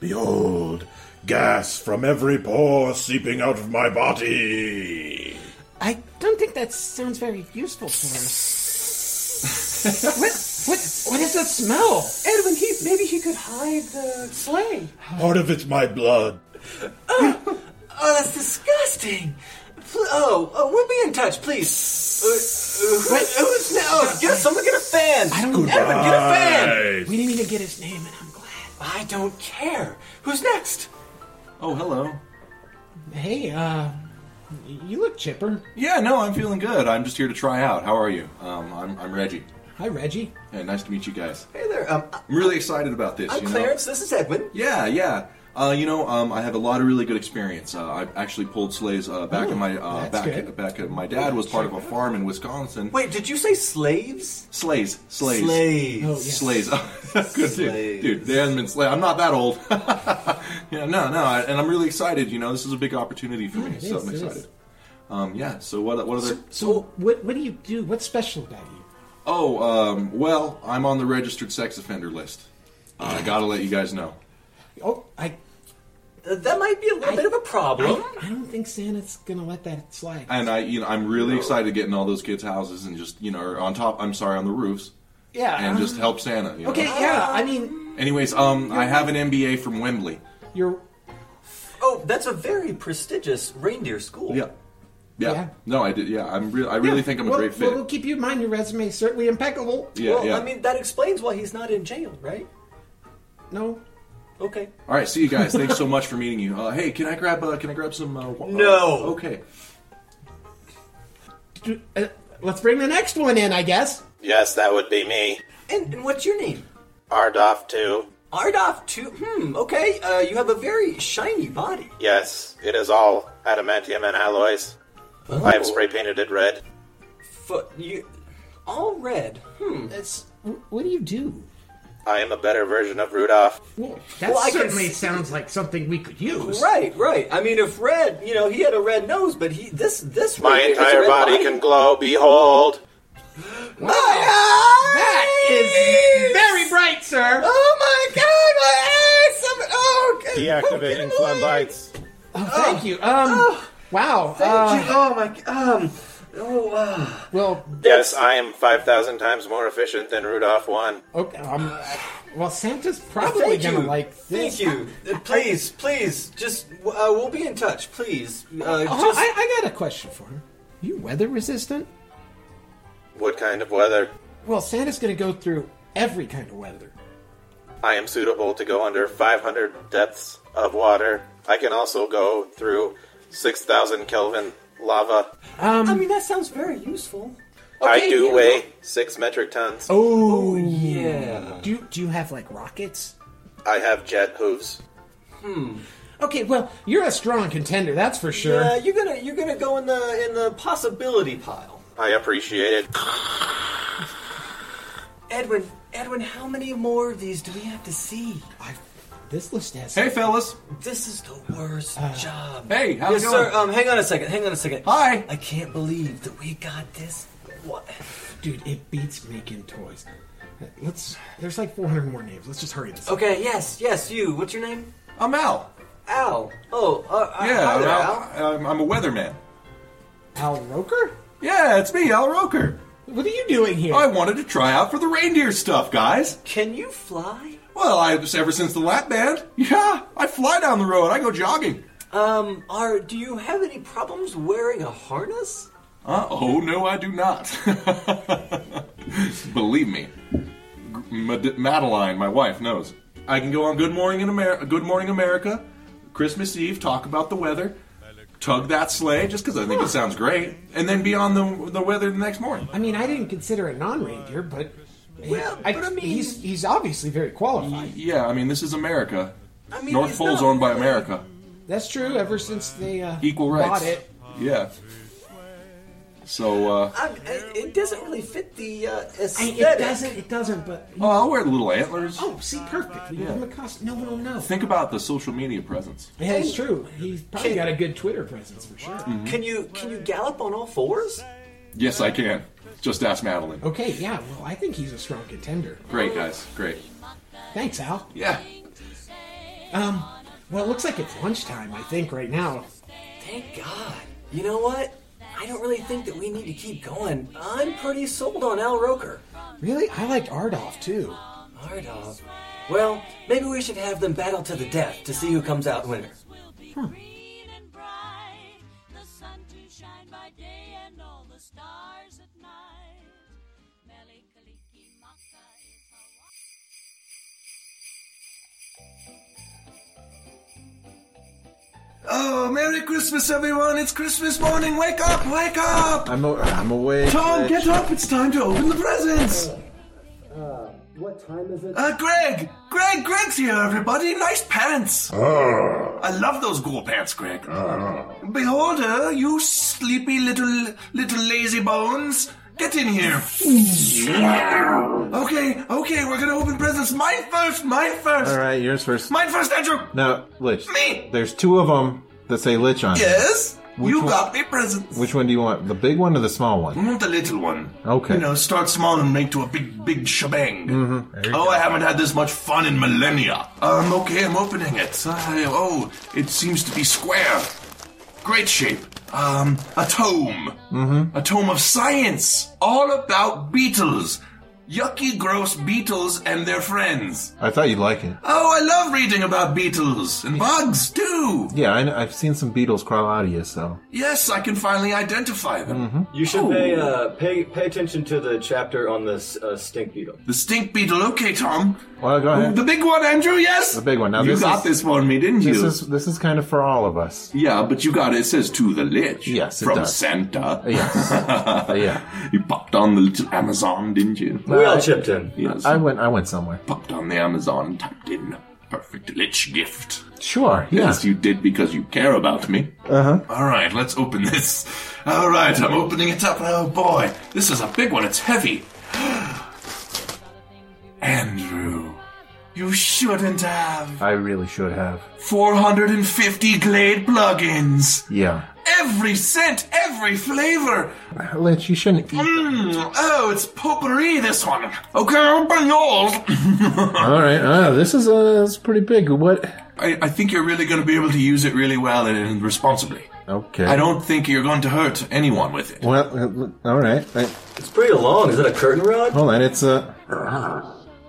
Speaker 25: Behold, gas from every pore seeping out of my body.
Speaker 24: I don't think that sounds very useful for us. what, what, what is that smell?
Speaker 7: Edwin, he, maybe he could hide the sleigh.
Speaker 25: Part of it's my blood.
Speaker 7: Oh, that's disgusting.
Speaker 9: Pl- Oh, oh, we'll be in touch, please. Uh, uh, who- who's now? Oh, get someone get a fan. I
Speaker 7: don't
Speaker 9: Edwin, get a fan.
Speaker 24: We didn't even get his name, and I'm
Speaker 7: glad. I don't care. Who's next?
Speaker 2: Oh, hello.
Speaker 10: Hey, uh, you look chipper.
Speaker 2: Yeah, no, I'm feeling good. I'm just here to try out. How are you? Um, I'm, I'm Reggie.
Speaker 10: Hi, Reggie.
Speaker 2: Hey, nice to meet you guys.
Speaker 9: Hey there. Um,
Speaker 2: I'm really excited about this.
Speaker 9: I'm
Speaker 2: you know?
Speaker 9: Clarence. This is Edwin.
Speaker 2: Yeah, yeah. Uh, you know, um, I have a lot of really good experience. Uh, I actually pulled sleighs uh, back
Speaker 9: Oh,
Speaker 2: in my uh,
Speaker 9: that's
Speaker 2: back
Speaker 9: good.
Speaker 2: back. At, my dad was part of a farm in Wisconsin.
Speaker 9: Wait, did you say slaves?
Speaker 2: Sleighs, sleighs,
Speaker 9: Slaves. Oh, yes.
Speaker 2: sleighs. Good dude, dude. There hasn't been slay. I'm not that old. yeah, no, no. I, and I'm really excited. You know, this is a big opportunity for me,
Speaker 10: it
Speaker 2: so
Speaker 10: is,
Speaker 2: I'm
Speaker 10: it is.
Speaker 2: excited. Um, yeah. So what? What other?
Speaker 10: So, what, what do you do? What's special about you?
Speaker 2: Oh, um, well, I'm on the registered sex offender list. Uh, I gotta let you guys know.
Speaker 10: Oh, I.
Speaker 9: that might be a little bit of a problem.
Speaker 10: I, I don't think Santa's gonna let that slide.
Speaker 2: And I, you know, I'm really excited to get in all those kids' houses and just, you know, or on top. I'm sorry, on the roofs.
Speaker 10: Yeah,
Speaker 2: And
Speaker 10: um,
Speaker 2: just help Santa. You know?
Speaker 10: Okay, yeah. I mean,
Speaker 2: Anyways, um, I have an MBA from Wembley.
Speaker 10: you're.
Speaker 9: Oh, that's a very prestigious reindeer school.
Speaker 2: Yeah. Yeah. No, I did. Yeah, I'm. Re- I really
Speaker 10: yeah,
Speaker 2: think I'm a
Speaker 10: well-
Speaker 2: great fit.
Speaker 10: Well, we'll keep you in mind. Your resume is certainly impeccable.
Speaker 2: Yeah,
Speaker 9: well,
Speaker 2: yeah.
Speaker 9: I mean, that explains why he's not in jail, right?
Speaker 10: No.
Speaker 9: Okay.
Speaker 2: all right, see you guys. Thanks so much for meeting you. Uh, hey, can I grab? Uh, can I grab some? Uh, wa-
Speaker 10: No.
Speaker 2: uh, okay.
Speaker 10: Uh, let's bring the next one in, I guess.
Speaker 26: Yes, that would be me.
Speaker 9: And, and what's your name?
Speaker 26: Ardoff too.
Speaker 9: Ardoff Two. Hmm. Okay. Uh, you have a very shiny body.
Speaker 26: Yes, it is all adamantium and alloys. I have spray painted it red.
Speaker 9: Foot. You. All red. Hmm.
Speaker 10: That's. What do you do?
Speaker 26: I am a better version of Rudolph.
Speaker 10: Well, that
Speaker 9: Well, I can
Speaker 10: certainly
Speaker 9: s-
Speaker 10: sounds like something we could use.
Speaker 9: Right, right. I mean, if red, you know, he had a red nose, but he this this
Speaker 26: My
Speaker 9: reindeer has a
Speaker 26: entire
Speaker 9: red
Speaker 26: body can glow. Behold,
Speaker 9: That
Speaker 24: is very bright, sir.
Speaker 9: Oh my god, my eyes! Some, oh, god.
Speaker 25: Deactivating flambites.
Speaker 10: Oh, thank you. Um. wow. Thank
Speaker 9: you. Oh my. Um. Oh. Uh,
Speaker 10: well.
Speaker 26: yes, I am five thousand times more efficient than Rudolph one.
Speaker 10: Okay. Um, well, Santa's probably
Speaker 9: Oh, Thank
Speaker 10: gonna
Speaker 9: you.
Speaker 10: like this.
Speaker 9: Thank you. Uh, Please, please, just uh, we'll be in touch. Please, uh,
Speaker 10: Oh,
Speaker 9: just
Speaker 10: I, I got a question for him. You weather resistant?
Speaker 26: What kind of weather?
Speaker 10: Well, Santa's going to go through every kind of weather.
Speaker 26: I am suitable to go under five hundred depths of water. I can also go through six thousand Kelvin lava.
Speaker 10: Um,
Speaker 7: I mean, that sounds very useful.
Speaker 26: I do weigh six metric tons.
Speaker 10: Oh,
Speaker 26: yeah.
Speaker 10: Do you, do you have like rockets?
Speaker 26: I have jet hooves.
Speaker 10: Hmm. Okay, well, you're a strong contender, that's for sure.
Speaker 9: yeah, you're gonna you're gonna go in the in the possibility pile.
Speaker 26: I appreciate it.
Speaker 9: Edwin, Edwin, how many more of these do we have to see?
Speaker 10: This list has. Uh,
Speaker 2: Hey, fellas.
Speaker 9: This is the worst job.
Speaker 2: Hey,
Speaker 9: yes,
Speaker 2: how's it
Speaker 9: sir.
Speaker 2: going?
Speaker 9: Um, hang on a second. Hang on a second.
Speaker 2: Hi.
Speaker 9: I can't believe that we got this. What?
Speaker 10: Dude, it beats making toys. Let's. There's like 400 more names. Let's just hurry this.
Speaker 9: Okay, yes, yes, you. What's your name?
Speaker 6: I'm Al.
Speaker 9: Al. Oh, uh,
Speaker 6: Yeah,
Speaker 9: hi
Speaker 6: I'm,
Speaker 9: there, Al.
Speaker 6: Al-
Speaker 2: Um,
Speaker 6: I'm, I'm a weatherman.
Speaker 10: Al Roker?
Speaker 6: Yeah, it's me, Al Roker.
Speaker 10: What are you doing here?
Speaker 6: I wanted to try out for the reindeer stuff, guys.
Speaker 9: Can you fly?
Speaker 6: Well, I ever since the lap band, yeah, I fly down the road. I go jogging.
Speaker 9: Um, are do you have any problems wearing a harness?
Speaker 6: Uh oh, no, I do not. Believe me, G- Mad- Madeline, my wife, knows. I can go on Good Morning in America, Good Morning America, Christmas Eve, talk about the weather, tug that sleigh just because I think it sounds great, and then be on the the weather the next morning.
Speaker 10: I mean, I didn't consider it non-reindeer, but well, I, mean, he's he's obviously very qualified.
Speaker 6: Yeah, I mean, this is America.
Speaker 10: I mean,
Speaker 6: North
Speaker 10: it's
Speaker 6: Pole's
Speaker 10: not
Speaker 6: owned by
Speaker 10: really-
Speaker 6: America.
Speaker 10: That's true. Ever since they uh,
Speaker 6: Equal rights.
Speaker 10: bought it,
Speaker 6: Yeah. So, uh,
Speaker 9: Um, it, it doesn't really fit the uh,
Speaker 10: I-
Speaker 9: aesthetic.
Speaker 10: it doesn't. It doesn't. But
Speaker 6: oh, I'll wear little antlers.
Speaker 10: oh, see, perfect. We
Speaker 6: Yeah.
Speaker 10: give him a cost. No one will know.
Speaker 6: Think about the social media presence.
Speaker 10: Yeah, it's true. He's probably got a good Twitter presence for sure.
Speaker 6: Mhm.
Speaker 9: Can you can you gallop on all fours?
Speaker 6: Yes, I can. Just ask Madeline.
Speaker 10: Okay, yeah. Well, I think he's a strong contender.
Speaker 6: Great, guys. Great.
Speaker 10: Thanks, Al.
Speaker 6: Yeah.
Speaker 10: Um. Well, it looks like it's lunchtime. I think right now.
Speaker 9: Thank God. You know what? I don't really think that we need to keep going. I'm pretty sold on Al Roker.
Speaker 10: Really, I liked Ardoff too.
Speaker 9: Ardov. Well, maybe we should have them battle to the death to see who comes out winner.
Speaker 6: Oh, Merry Christmas, everyone! It's Christmas morning! Wake up! Wake up!
Speaker 27: I'm, a- I'm awake.
Speaker 6: Tom,
Speaker 27: bitch.
Speaker 6: get up! It's time to open the presents!
Speaker 9: Uh, what time is it?
Speaker 6: Uh, Greg! Greg! Greg's here, everybody! Nice pants!
Speaker 25: Ah.
Speaker 6: I love those ghoul pants, Greg. Beholder, you sleepy little, little lazy bones! Get in here!
Speaker 25: Mm.
Speaker 6: Okay, okay, we're gonna open presents. Mine first! Mine first!
Speaker 27: All right, yours first.
Speaker 6: Mine first, Andrew!
Speaker 27: No, Lich.
Speaker 6: Me!
Speaker 27: There's two of them that say Lich on it.
Speaker 6: Yes?
Speaker 27: Which
Speaker 6: you
Speaker 27: one-
Speaker 6: got me presents!
Speaker 27: Which one do you want? The big one or the small one?
Speaker 6: I want the little one.
Speaker 27: Okay.
Speaker 6: You know, start small and make to a big, big shebang.
Speaker 27: Mhm. There you
Speaker 6: Oh, I haven't had this much fun in millennia. Um, okay, I'm opening it. I, oh, it seems to be square. Great shape. Um, a tome.
Speaker 27: Mm-hmm.
Speaker 6: A tome of science. All about beetles. Yucky, gross beetles and their friends.
Speaker 27: I thought you'd like it.
Speaker 6: Oh, I love reading about beetles and bugs, too.
Speaker 27: Yeah, I know, I've seen some beetles crawl out of you, so.
Speaker 6: Yes, I can finally identify them.
Speaker 27: Mm-hmm.
Speaker 9: You should
Speaker 6: Oh.
Speaker 9: pay uh, pay pay attention to the chapter on this uh, stink beetle.
Speaker 6: The stink beetle, okay, Tom.
Speaker 27: Well, go ahead.
Speaker 6: The big one, Andrew, yes?
Speaker 27: The big one. Now
Speaker 6: you
Speaker 27: this
Speaker 6: got
Speaker 27: is-
Speaker 6: this one, me, didn't
Speaker 27: This
Speaker 6: you?
Speaker 27: is this is kind of for all of us.
Speaker 6: Yeah, but you got it. It says to the lich.
Speaker 27: Yes, it
Speaker 6: From
Speaker 27: does.
Speaker 6: Santa.
Speaker 27: Yes.
Speaker 6: yeah. You popped on the little Amazon, didn't you?
Speaker 27: We all chipped
Speaker 9: in.
Speaker 6: Yes.
Speaker 27: I went. I went somewhere.
Speaker 6: popped on the Amazon, typed in perfect lich gift.
Speaker 27: Sure.
Speaker 6: Yes, you did because you care about me.
Speaker 27: Uh huh.
Speaker 6: All right, let's open this. All right, I'm opening it up. Oh boy, this is a big one. It's heavy. Andrew, you shouldn't have
Speaker 27: I really should have.
Speaker 6: 450 Glade plugins.
Speaker 27: Yeah.
Speaker 6: Every scent, every flavor.
Speaker 27: Lich, you shouldn't eat.
Speaker 6: Mm, oh, it's potpourri, this one. Okay, open yours.
Speaker 27: all right. Uh, this is uh, it's pretty big. What?
Speaker 6: I, I think you're really going to be able to use it really well and, and responsibly.
Speaker 27: Okay.
Speaker 6: I don't think you're going to hurt anyone with it.
Speaker 27: Well, uh, all right. I-
Speaker 9: It's pretty long. Is it a curtain rod?
Speaker 27: Hold on. It's a.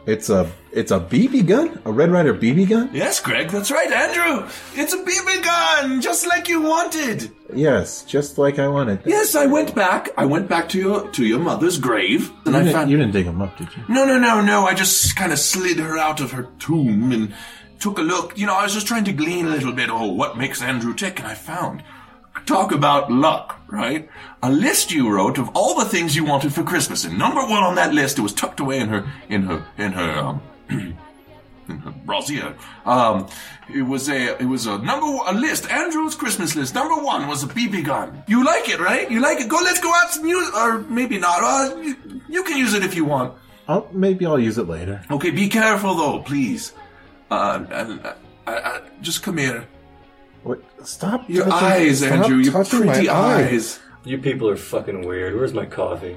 Speaker 27: It's a. It's a BB gun. A Red Rider BB gun.
Speaker 6: Yes, Greg, that's right, Andrew. It's a BB gun, just like you wanted.
Speaker 27: Yes, just like I wanted.
Speaker 6: Yes, I went back. I went back to your to your mother's grave, and
Speaker 27: you,
Speaker 6: I
Speaker 27: didn't,
Speaker 6: found
Speaker 27: you didn't dig them up, did you?
Speaker 6: No, no, no, no. I just kind of slid her out of her tomb and took a look. You know, I was just trying to glean a little bit. Oh, what makes Andrew tick? And I found. Talk about luck, right? A list you wrote of all the things you wanted for Christmas, and number one on that list, it was tucked away in her, in her, in her, um, in her brassiere. Um, it was a, it was a number one, a list. Andrew's Christmas list. Number one was a BB gun. You like it, right? You like it. Go, let's go out and use, or maybe not. Uh, you, you can use it if you want.
Speaker 27: I'll, maybe I'll use it later.
Speaker 6: Okay, be careful though, please. Uh, I, I, I, just come here.
Speaker 27: What? Stop.
Speaker 6: Your
Speaker 27: touching-
Speaker 6: eyes,
Speaker 27: stop
Speaker 6: Andrew. Your
Speaker 27: touching
Speaker 6: pretty
Speaker 27: my
Speaker 6: eyes.
Speaker 9: You people are fucking weird. Where's my coffee?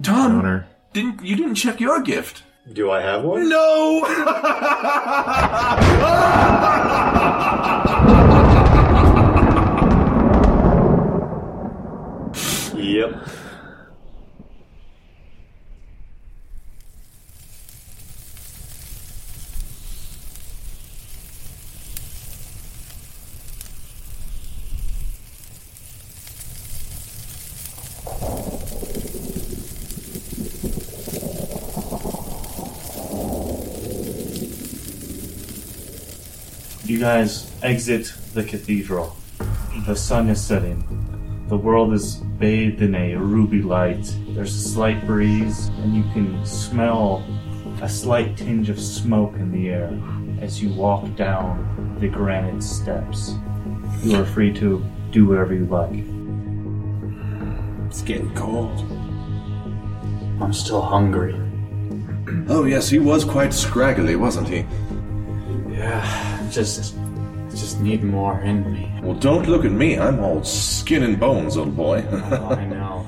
Speaker 6: Tom, Didn't you didn't check your gift?
Speaker 9: Do I have one? Yep.
Speaker 8: You guys exit the cathedral. The sun is setting. The world is bathed in a ruby light. There's a slight breeze, and you can smell a slight tinge of smoke in the air as you walk down the granite steps. You are free to do whatever you like.
Speaker 6: It's getting cold.
Speaker 8: I'm still hungry.
Speaker 6: Oh yes, he was quite scraggly, wasn't he?
Speaker 1: Yeah, just, just need more in me.
Speaker 6: Well, don't look at me. I'm all skin and bones, old boy.
Speaker 1: Oh, I know.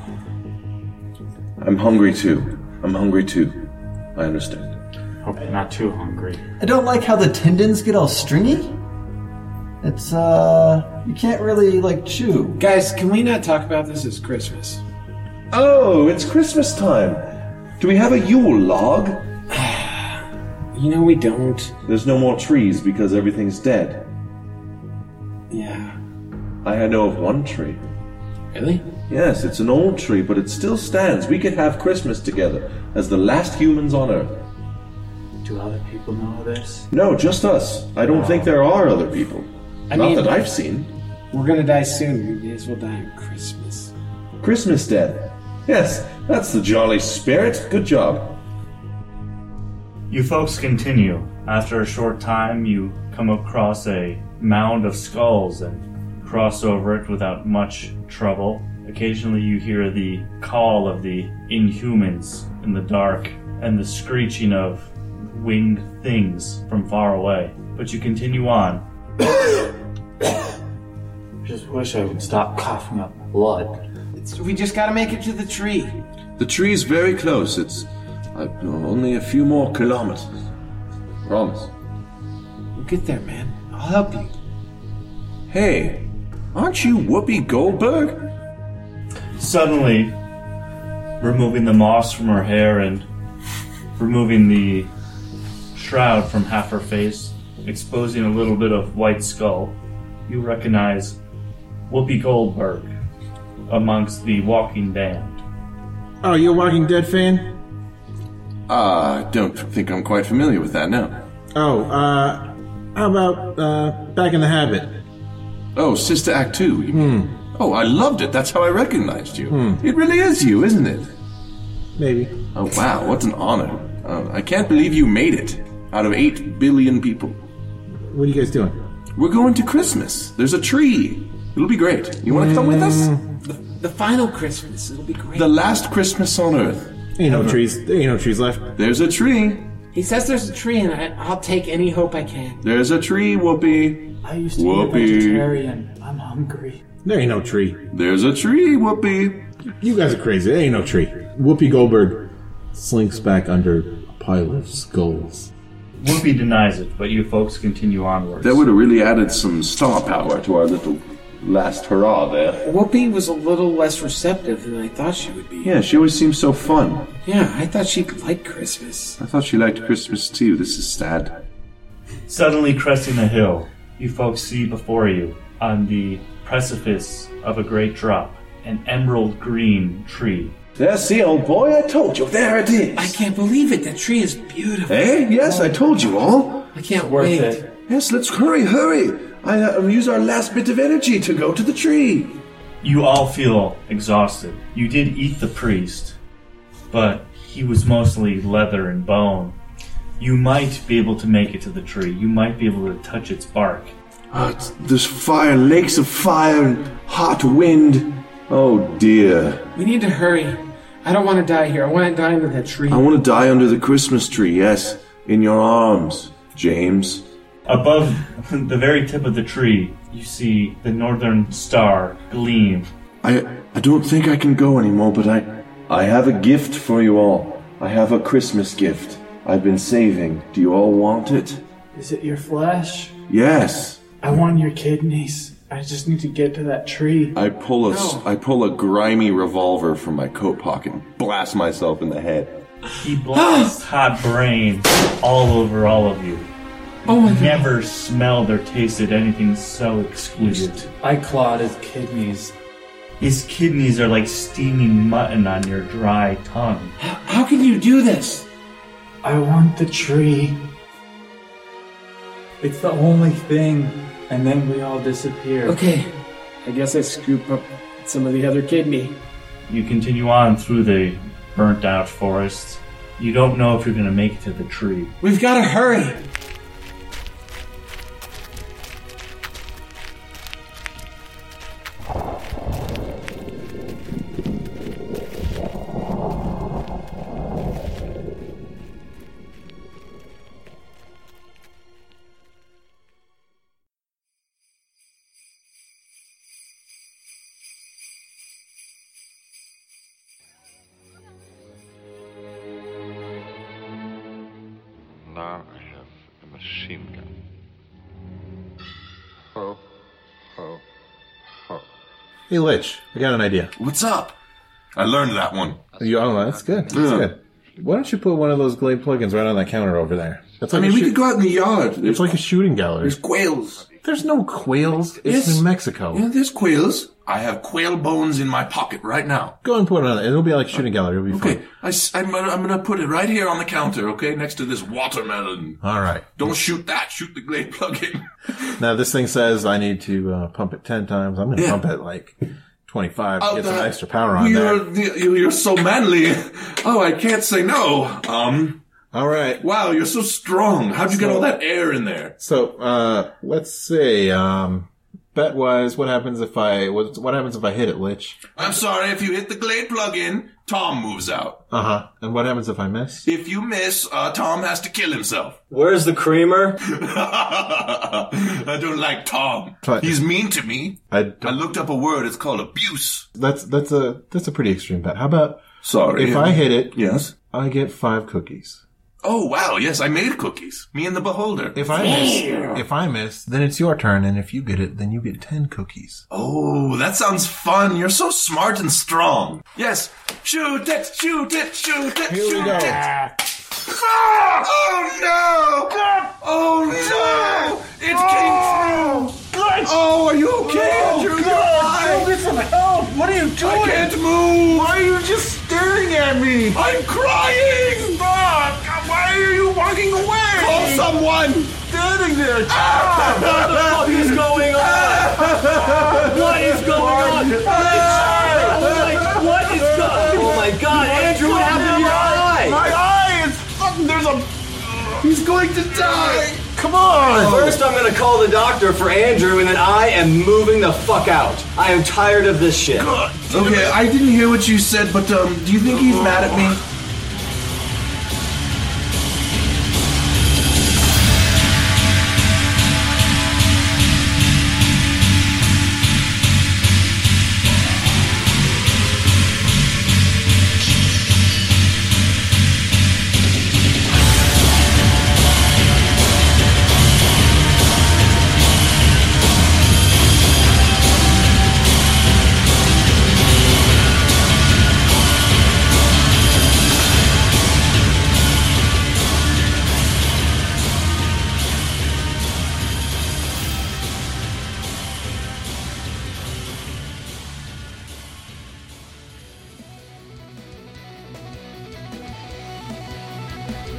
Speaker 6: I'm hungry too. I'm hungry too. I understand.
Speaker 1: Hope you're not too hungry.
Speaker 28: I don't like how the tendons get all stringy. It's uh, you can't really like chew.
Speaker 29: Guys, can we not talk about this? It's Christmas.
Speaker 6: Oh, it's Christmas time. Do we have a Yule log?
Speaker 29: You know we don't.
Speaker 6: There's no more trees because everything's dead.
Speaker 29: Yeah.
Speaker 6: I know of one tree.
Speaker 29: Really?
Speaker 6: Yes, it's an old tree, but it still stands. We could have Christmas together as the last humans on Earth.
Speaker 1: Do other people know this?
Speaker 6: No, just us. I don't think there are other people.
Speaker 29: I
Speaker 6: Not
Speaker 29: mean-
Speaker 6: that I've seen.
Speaker 29: We're gonna die soon. We may as well die on Christmas.
Speaker 6: Christmas dead. Yes, that's the jolly spirit. Good job.
Speaker 8: You folks continue. After a short time, you come across a mound of skulls and cross over it without much trouble. Occasionally, you hear the call of the inhumans in the dark and the screeching of winged things from far away. But you continue on.
Speaker 1: Just wish I would stop coughing up blood.
Speaker 29: It's, we just gotta make it to the tree.
Speaker 6: The tree's very close. It's uh, only a few more kilometers. Promise.
Speaker 29: We'll get there, man. I'll help you.
Speaker 6: Hey, aren't you Whoopi Goldberg?
Speaker 8: Suddenly, removing the moss from her hair and removing the shroud from half her face, exposing a little bit of white skull, you recognize Whoopi Goldberg amongst the Walking Band.
Speaker 15: Oh, you're a Walking Dead fan?
Speaker 6: Ah, uh, don't think I'm quite familiar with that now.
Speaker 15: Oh, uh, how about uh, Back in the Habit?
Speaker 6: Oh, Sister Act 2. you mean? Oh, I loved it. That's how I recognized you.
Speaker 15: Hmm.
Speaker 6: It really is you, isn't it?
Speaker 15: Maybe.
Speaker 6: Oh, wow. What an honor. Uh, I can't believe you made it out of 8 billion people.
Speaker 15: What are you guys doing?
Speaker 6: We're going to Christmas. There's a tree. It'll be great. You want to come with us?
Speaker 29: The final Christmas. It'll be great.
Speaker 6: The last Christmas on Earth.
Speaker 15: Mm. Ain't no trees. There ain't no trees left.
Speaker 6: There's a tree.
Speaker 29: He says there's a tree, and I, I'll take any hope I can.
Speaker 6: There's a tree, Whoopi.
Speaker 29: I used
Speaker 6: to be a Whoopee. vegetarian.
Speaker 29: I'm hungry.
Speaker 15: There ain't no tree.
Speaker 6: There's a tree, Whoopi.
Speaker 15: You guys are crazy. There ain't no tree. Whoopi Goldberg slinks back under a pile of skulls.
Speaker 8: Whoopi denies it, but you folks continue onwards.
Speaker 6: That would have really added some star power to our little last hurrah there.
Speaker 29: Whoopi was a little less receptive than I thought she would be.
Speaker 6: Yeah, she always seems so fun.
Speaker 29: Yeah, I thought she'd like Christmas.
Speaker 6: I thought she liked Christmas too. This is sad.
Speaker 8: Suddenly cresting a hill, you folks see before you, on the precipice of a great drop, an emerald green tree.
Speaker 6: There's the old boy. I told you. There it is. I
Speaker 29: can't believe it. That tree is beautiful.
Speaker 6: Eh? Yes, I told you all.
Speaker 29: I can't
Speaker 6: Worth
Speaker 29: wait.
Speaker 6: it. Yes, let's hurry, hurry. I uh, use our last bit of energy to go to the tree.
Speaker 8: You all feel exhausted. You did eat the priest, but he was mostly leather and bone. You might be able to make it to the tree. You might be able to touch its bark.
Speaker 6: Ah, it's- there's fire, lakes of fire, and hot wind. Oh dear.
Speaker 29: We need to hurry. I don't want to die here. I want to die under that tree.
Speaker 6: I want to die under the Christmas tree, yes, in your arms, James.
Speaker 8: Above the very tip of the tree, you see the northern star gleam.
Speaker 6: I I don't think I can go anymore, but I I have a gift for you all. I have a Christmas gift I've been saving. Do you all want it?
Speaker 1: Is it your flesh?
Speaker 6: Yes.
Speaker 1: I want your kidneys. I just need to get to that tree.
Speaker 6: I pull a s I pull a grimy revolver from my coat pocket and blast myself in the head.
Speaker 8: He blasts hot brains all over all of you.
Speaker 1: Oh my God.
Speaker 8: Never smelled or tasted anything so exquisite.
Speaker 1: I clawed his kidneys.
Speaker 8: His kidneys are like steaming mutton on your dry tongue.
Speaker 1: How can you do this? I want the tree.
Speaker 30: It's the only thing, and then we all disappear.
Speaker 1: Okay. I guess I scoop up some of the other kidney.
Speaker 8: You continue on through the burnt out forest. You don't know if you're going to make it to the tree.
Speaker 30: We've got to hurry.
Speaker 10: Now I have Uh, a machine gun. Ho, ho, ho.
Speaker 5: Hey, Lich, I got an idea.
Speaker 6: What's up? I learned that one.
Speaker 5: You, oh, that's good. That's
Speaker 6: Yeah.
Speaker 5: good. Why don't you put one of those Glade plugins right on that counter over there? That's
Speaker 6: I mean,
Speaker 5: a
Speaker 6: we
Speaker 5: shoot-
Speaker 6: could go out in the yard.
Speaker 5: It's like a shooting gallery.
Speaker 6: There's quails.
Speaker 5: There's no quails. It's New Mexico.
Speaker 6: Yeah, there's quails. I have quail bones in my pocket right now.
Speaker 5: Go and put it on. It'll be like a shooting gallery. It'll be
Speaker 6: Okay,
Speaker 5: fun.
Speaker 6: I, am I'm gonna put it right here on the counter, okay, next to this watermelon.
Speaker 5: All right.
Speaker 6: Don't shoot that. Shoot the glade plug-in.
Speaker 5: Now this thing says I need to uh, pump it ten times. I'm going to
Speaker 6: Yeah.
Speaker 5: pump it like twenty-five.
Speaker 6: Oh,
Speaker 5: to get some
Speaker 6: that-
Speaker 5: extra power on there.
Speaker 6: you're, you- You're so manly. Oh, I can't say no. Um.
Speaker 5: All right.
Speaker 6: Wow, you're so strong. How'd you get all that air in there?
Speaker 5: So uh, let's see. Um, bet wise, what happens if I what, what happens if I hit it, Lich?
Speaker 6: I'm sorry. If you hit the glade plug-in, Tom moves out.
Speaker 5: Uh huh. And what happens if I miss?
Speaker 6: If you miss, uh, Tom has to kill himself.
Speaker 31: Where's the creamer?
Speaker 6: I don't like Tom.
Speaker 5: But-
Speaker 6: He's mean to me.
Speaker 5: I
Speaker 6: I looked up a word. It's called abuse.
Speaker 5: That's that's a that's a pretty extreme bet. How about
Speaker 6: Sorry.
Speaker 5: if I hit it?
Speaker 6: Yes.
Speaker 5: I get five cookies.
Speaker 6: Oh wow! Yes, I made cookies. Me and the beholder.
Speaker 5: If I miss, if I miss, then it's your turn, and if you get it, then you get ten cookies.
Speaker 6: Oh, that sounds fun. You're so smart and strong. Yes. Shoot it! Shoot it! Shoot it! shoot
Speaker 5: go.
Speaker 6: it! Ah! Oh no! Oh no! It came through! Oh, are you okay, Andrew?
Speaker 9: God,
Speaker 6: You're
Speaker 9: some help! What are you doing? I
Speaker 6: can't move!
Speaker 9: Why are you just staring at me?
Speaker 6: I'm crying!
Speaker 9: Stop! Why are you walking away?
Speaker 6: Call someone!
Speaker 9: Standing there! Ah! what the fuck is going on? what is going on? Fucking child! Like, what is going Oh my god, Andrew, what happened to your eye? My eye is fucking, there's a...
Speaker 6: He's going to die!
Speaker 9: Come on!
Speaker 31: First, I'm gonna call the doctor for Andrew, and then I am moving the fuck out. I am tired of this shit.
Speaker 6: Okay, I didn't hear what you said, but um, do you think he's mad at me?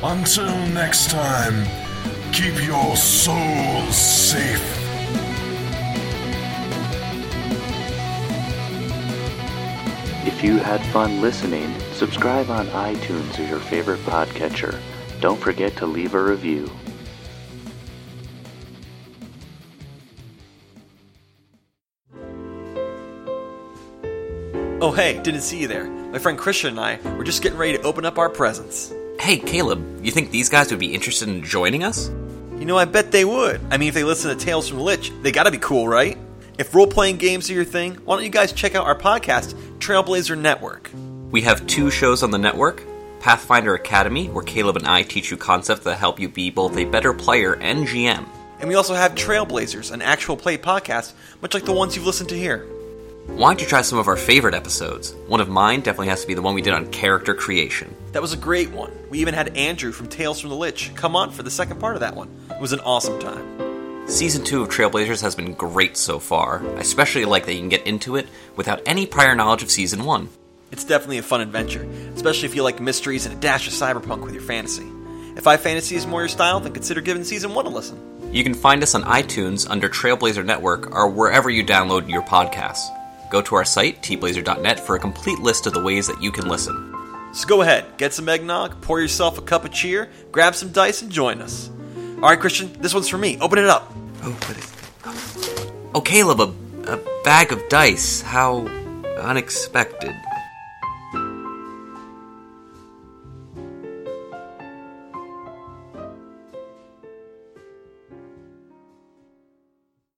Speaker 32: Until next time, keep your soul safe.
Speaker 33: If you had fun listening, subscribe on iTunes or your favorite podcatcher. Don't forget to leave a review.
Speaker 34: Oh, hey, didn't see you there. My friend Christian and I were just getting ready to open up our presents.
Speaker 35: Hey, Caleb, you think these guys would be interested in joining us?
Speaker 34: You know, I bet they would. I mean, if they listen to Tales from the Lich, they gotta be cool, right? If role playing games are your thing, why don't you guys check out our podcast, Trailblazer Network?
Speaker 35: We have two shows on the network Pathfinder Academy, where Caleb and I teach you concepts that help you be both a better player and GM.
Speaker 34: And we also have Trailblazers, an actual play podcast, much like the ones you've listened to here.
Speaker 35: Why don't you try some of our favorite episodes? One of mine definitely has to be the one we did on character creation.
Speaker 34: That was a great one. We even had Andrew from Tales from the Lich come on for the second part of that one. It was an awesome time.
Speaker 35: Season 2 of Trailblazers has been great so far. I especially like that you can get into it without any prior knowledge of Season 1.
Speaker 34: It's definitely a fun adventure, especially if you like mysteries and a dash of cyberpunk with your fantasy. If I fantasy is more your style, then consider giving Season 1 a listen.
Speaker 35: You can find us on iTunes under Trailblazer Network or wherever you download your podcasts. Go to our site, tblazer.net, for a complete list of the ways that you can listen.
Speaker 34: So go ahead, get some eggnog, pour yourself a cup of cheer, grab some dice, and join us. All right, Christian, this one's for me. Open it up.
Speaker 35: Open it. Oh, Caleb, a, a bag of dice. How unexpected.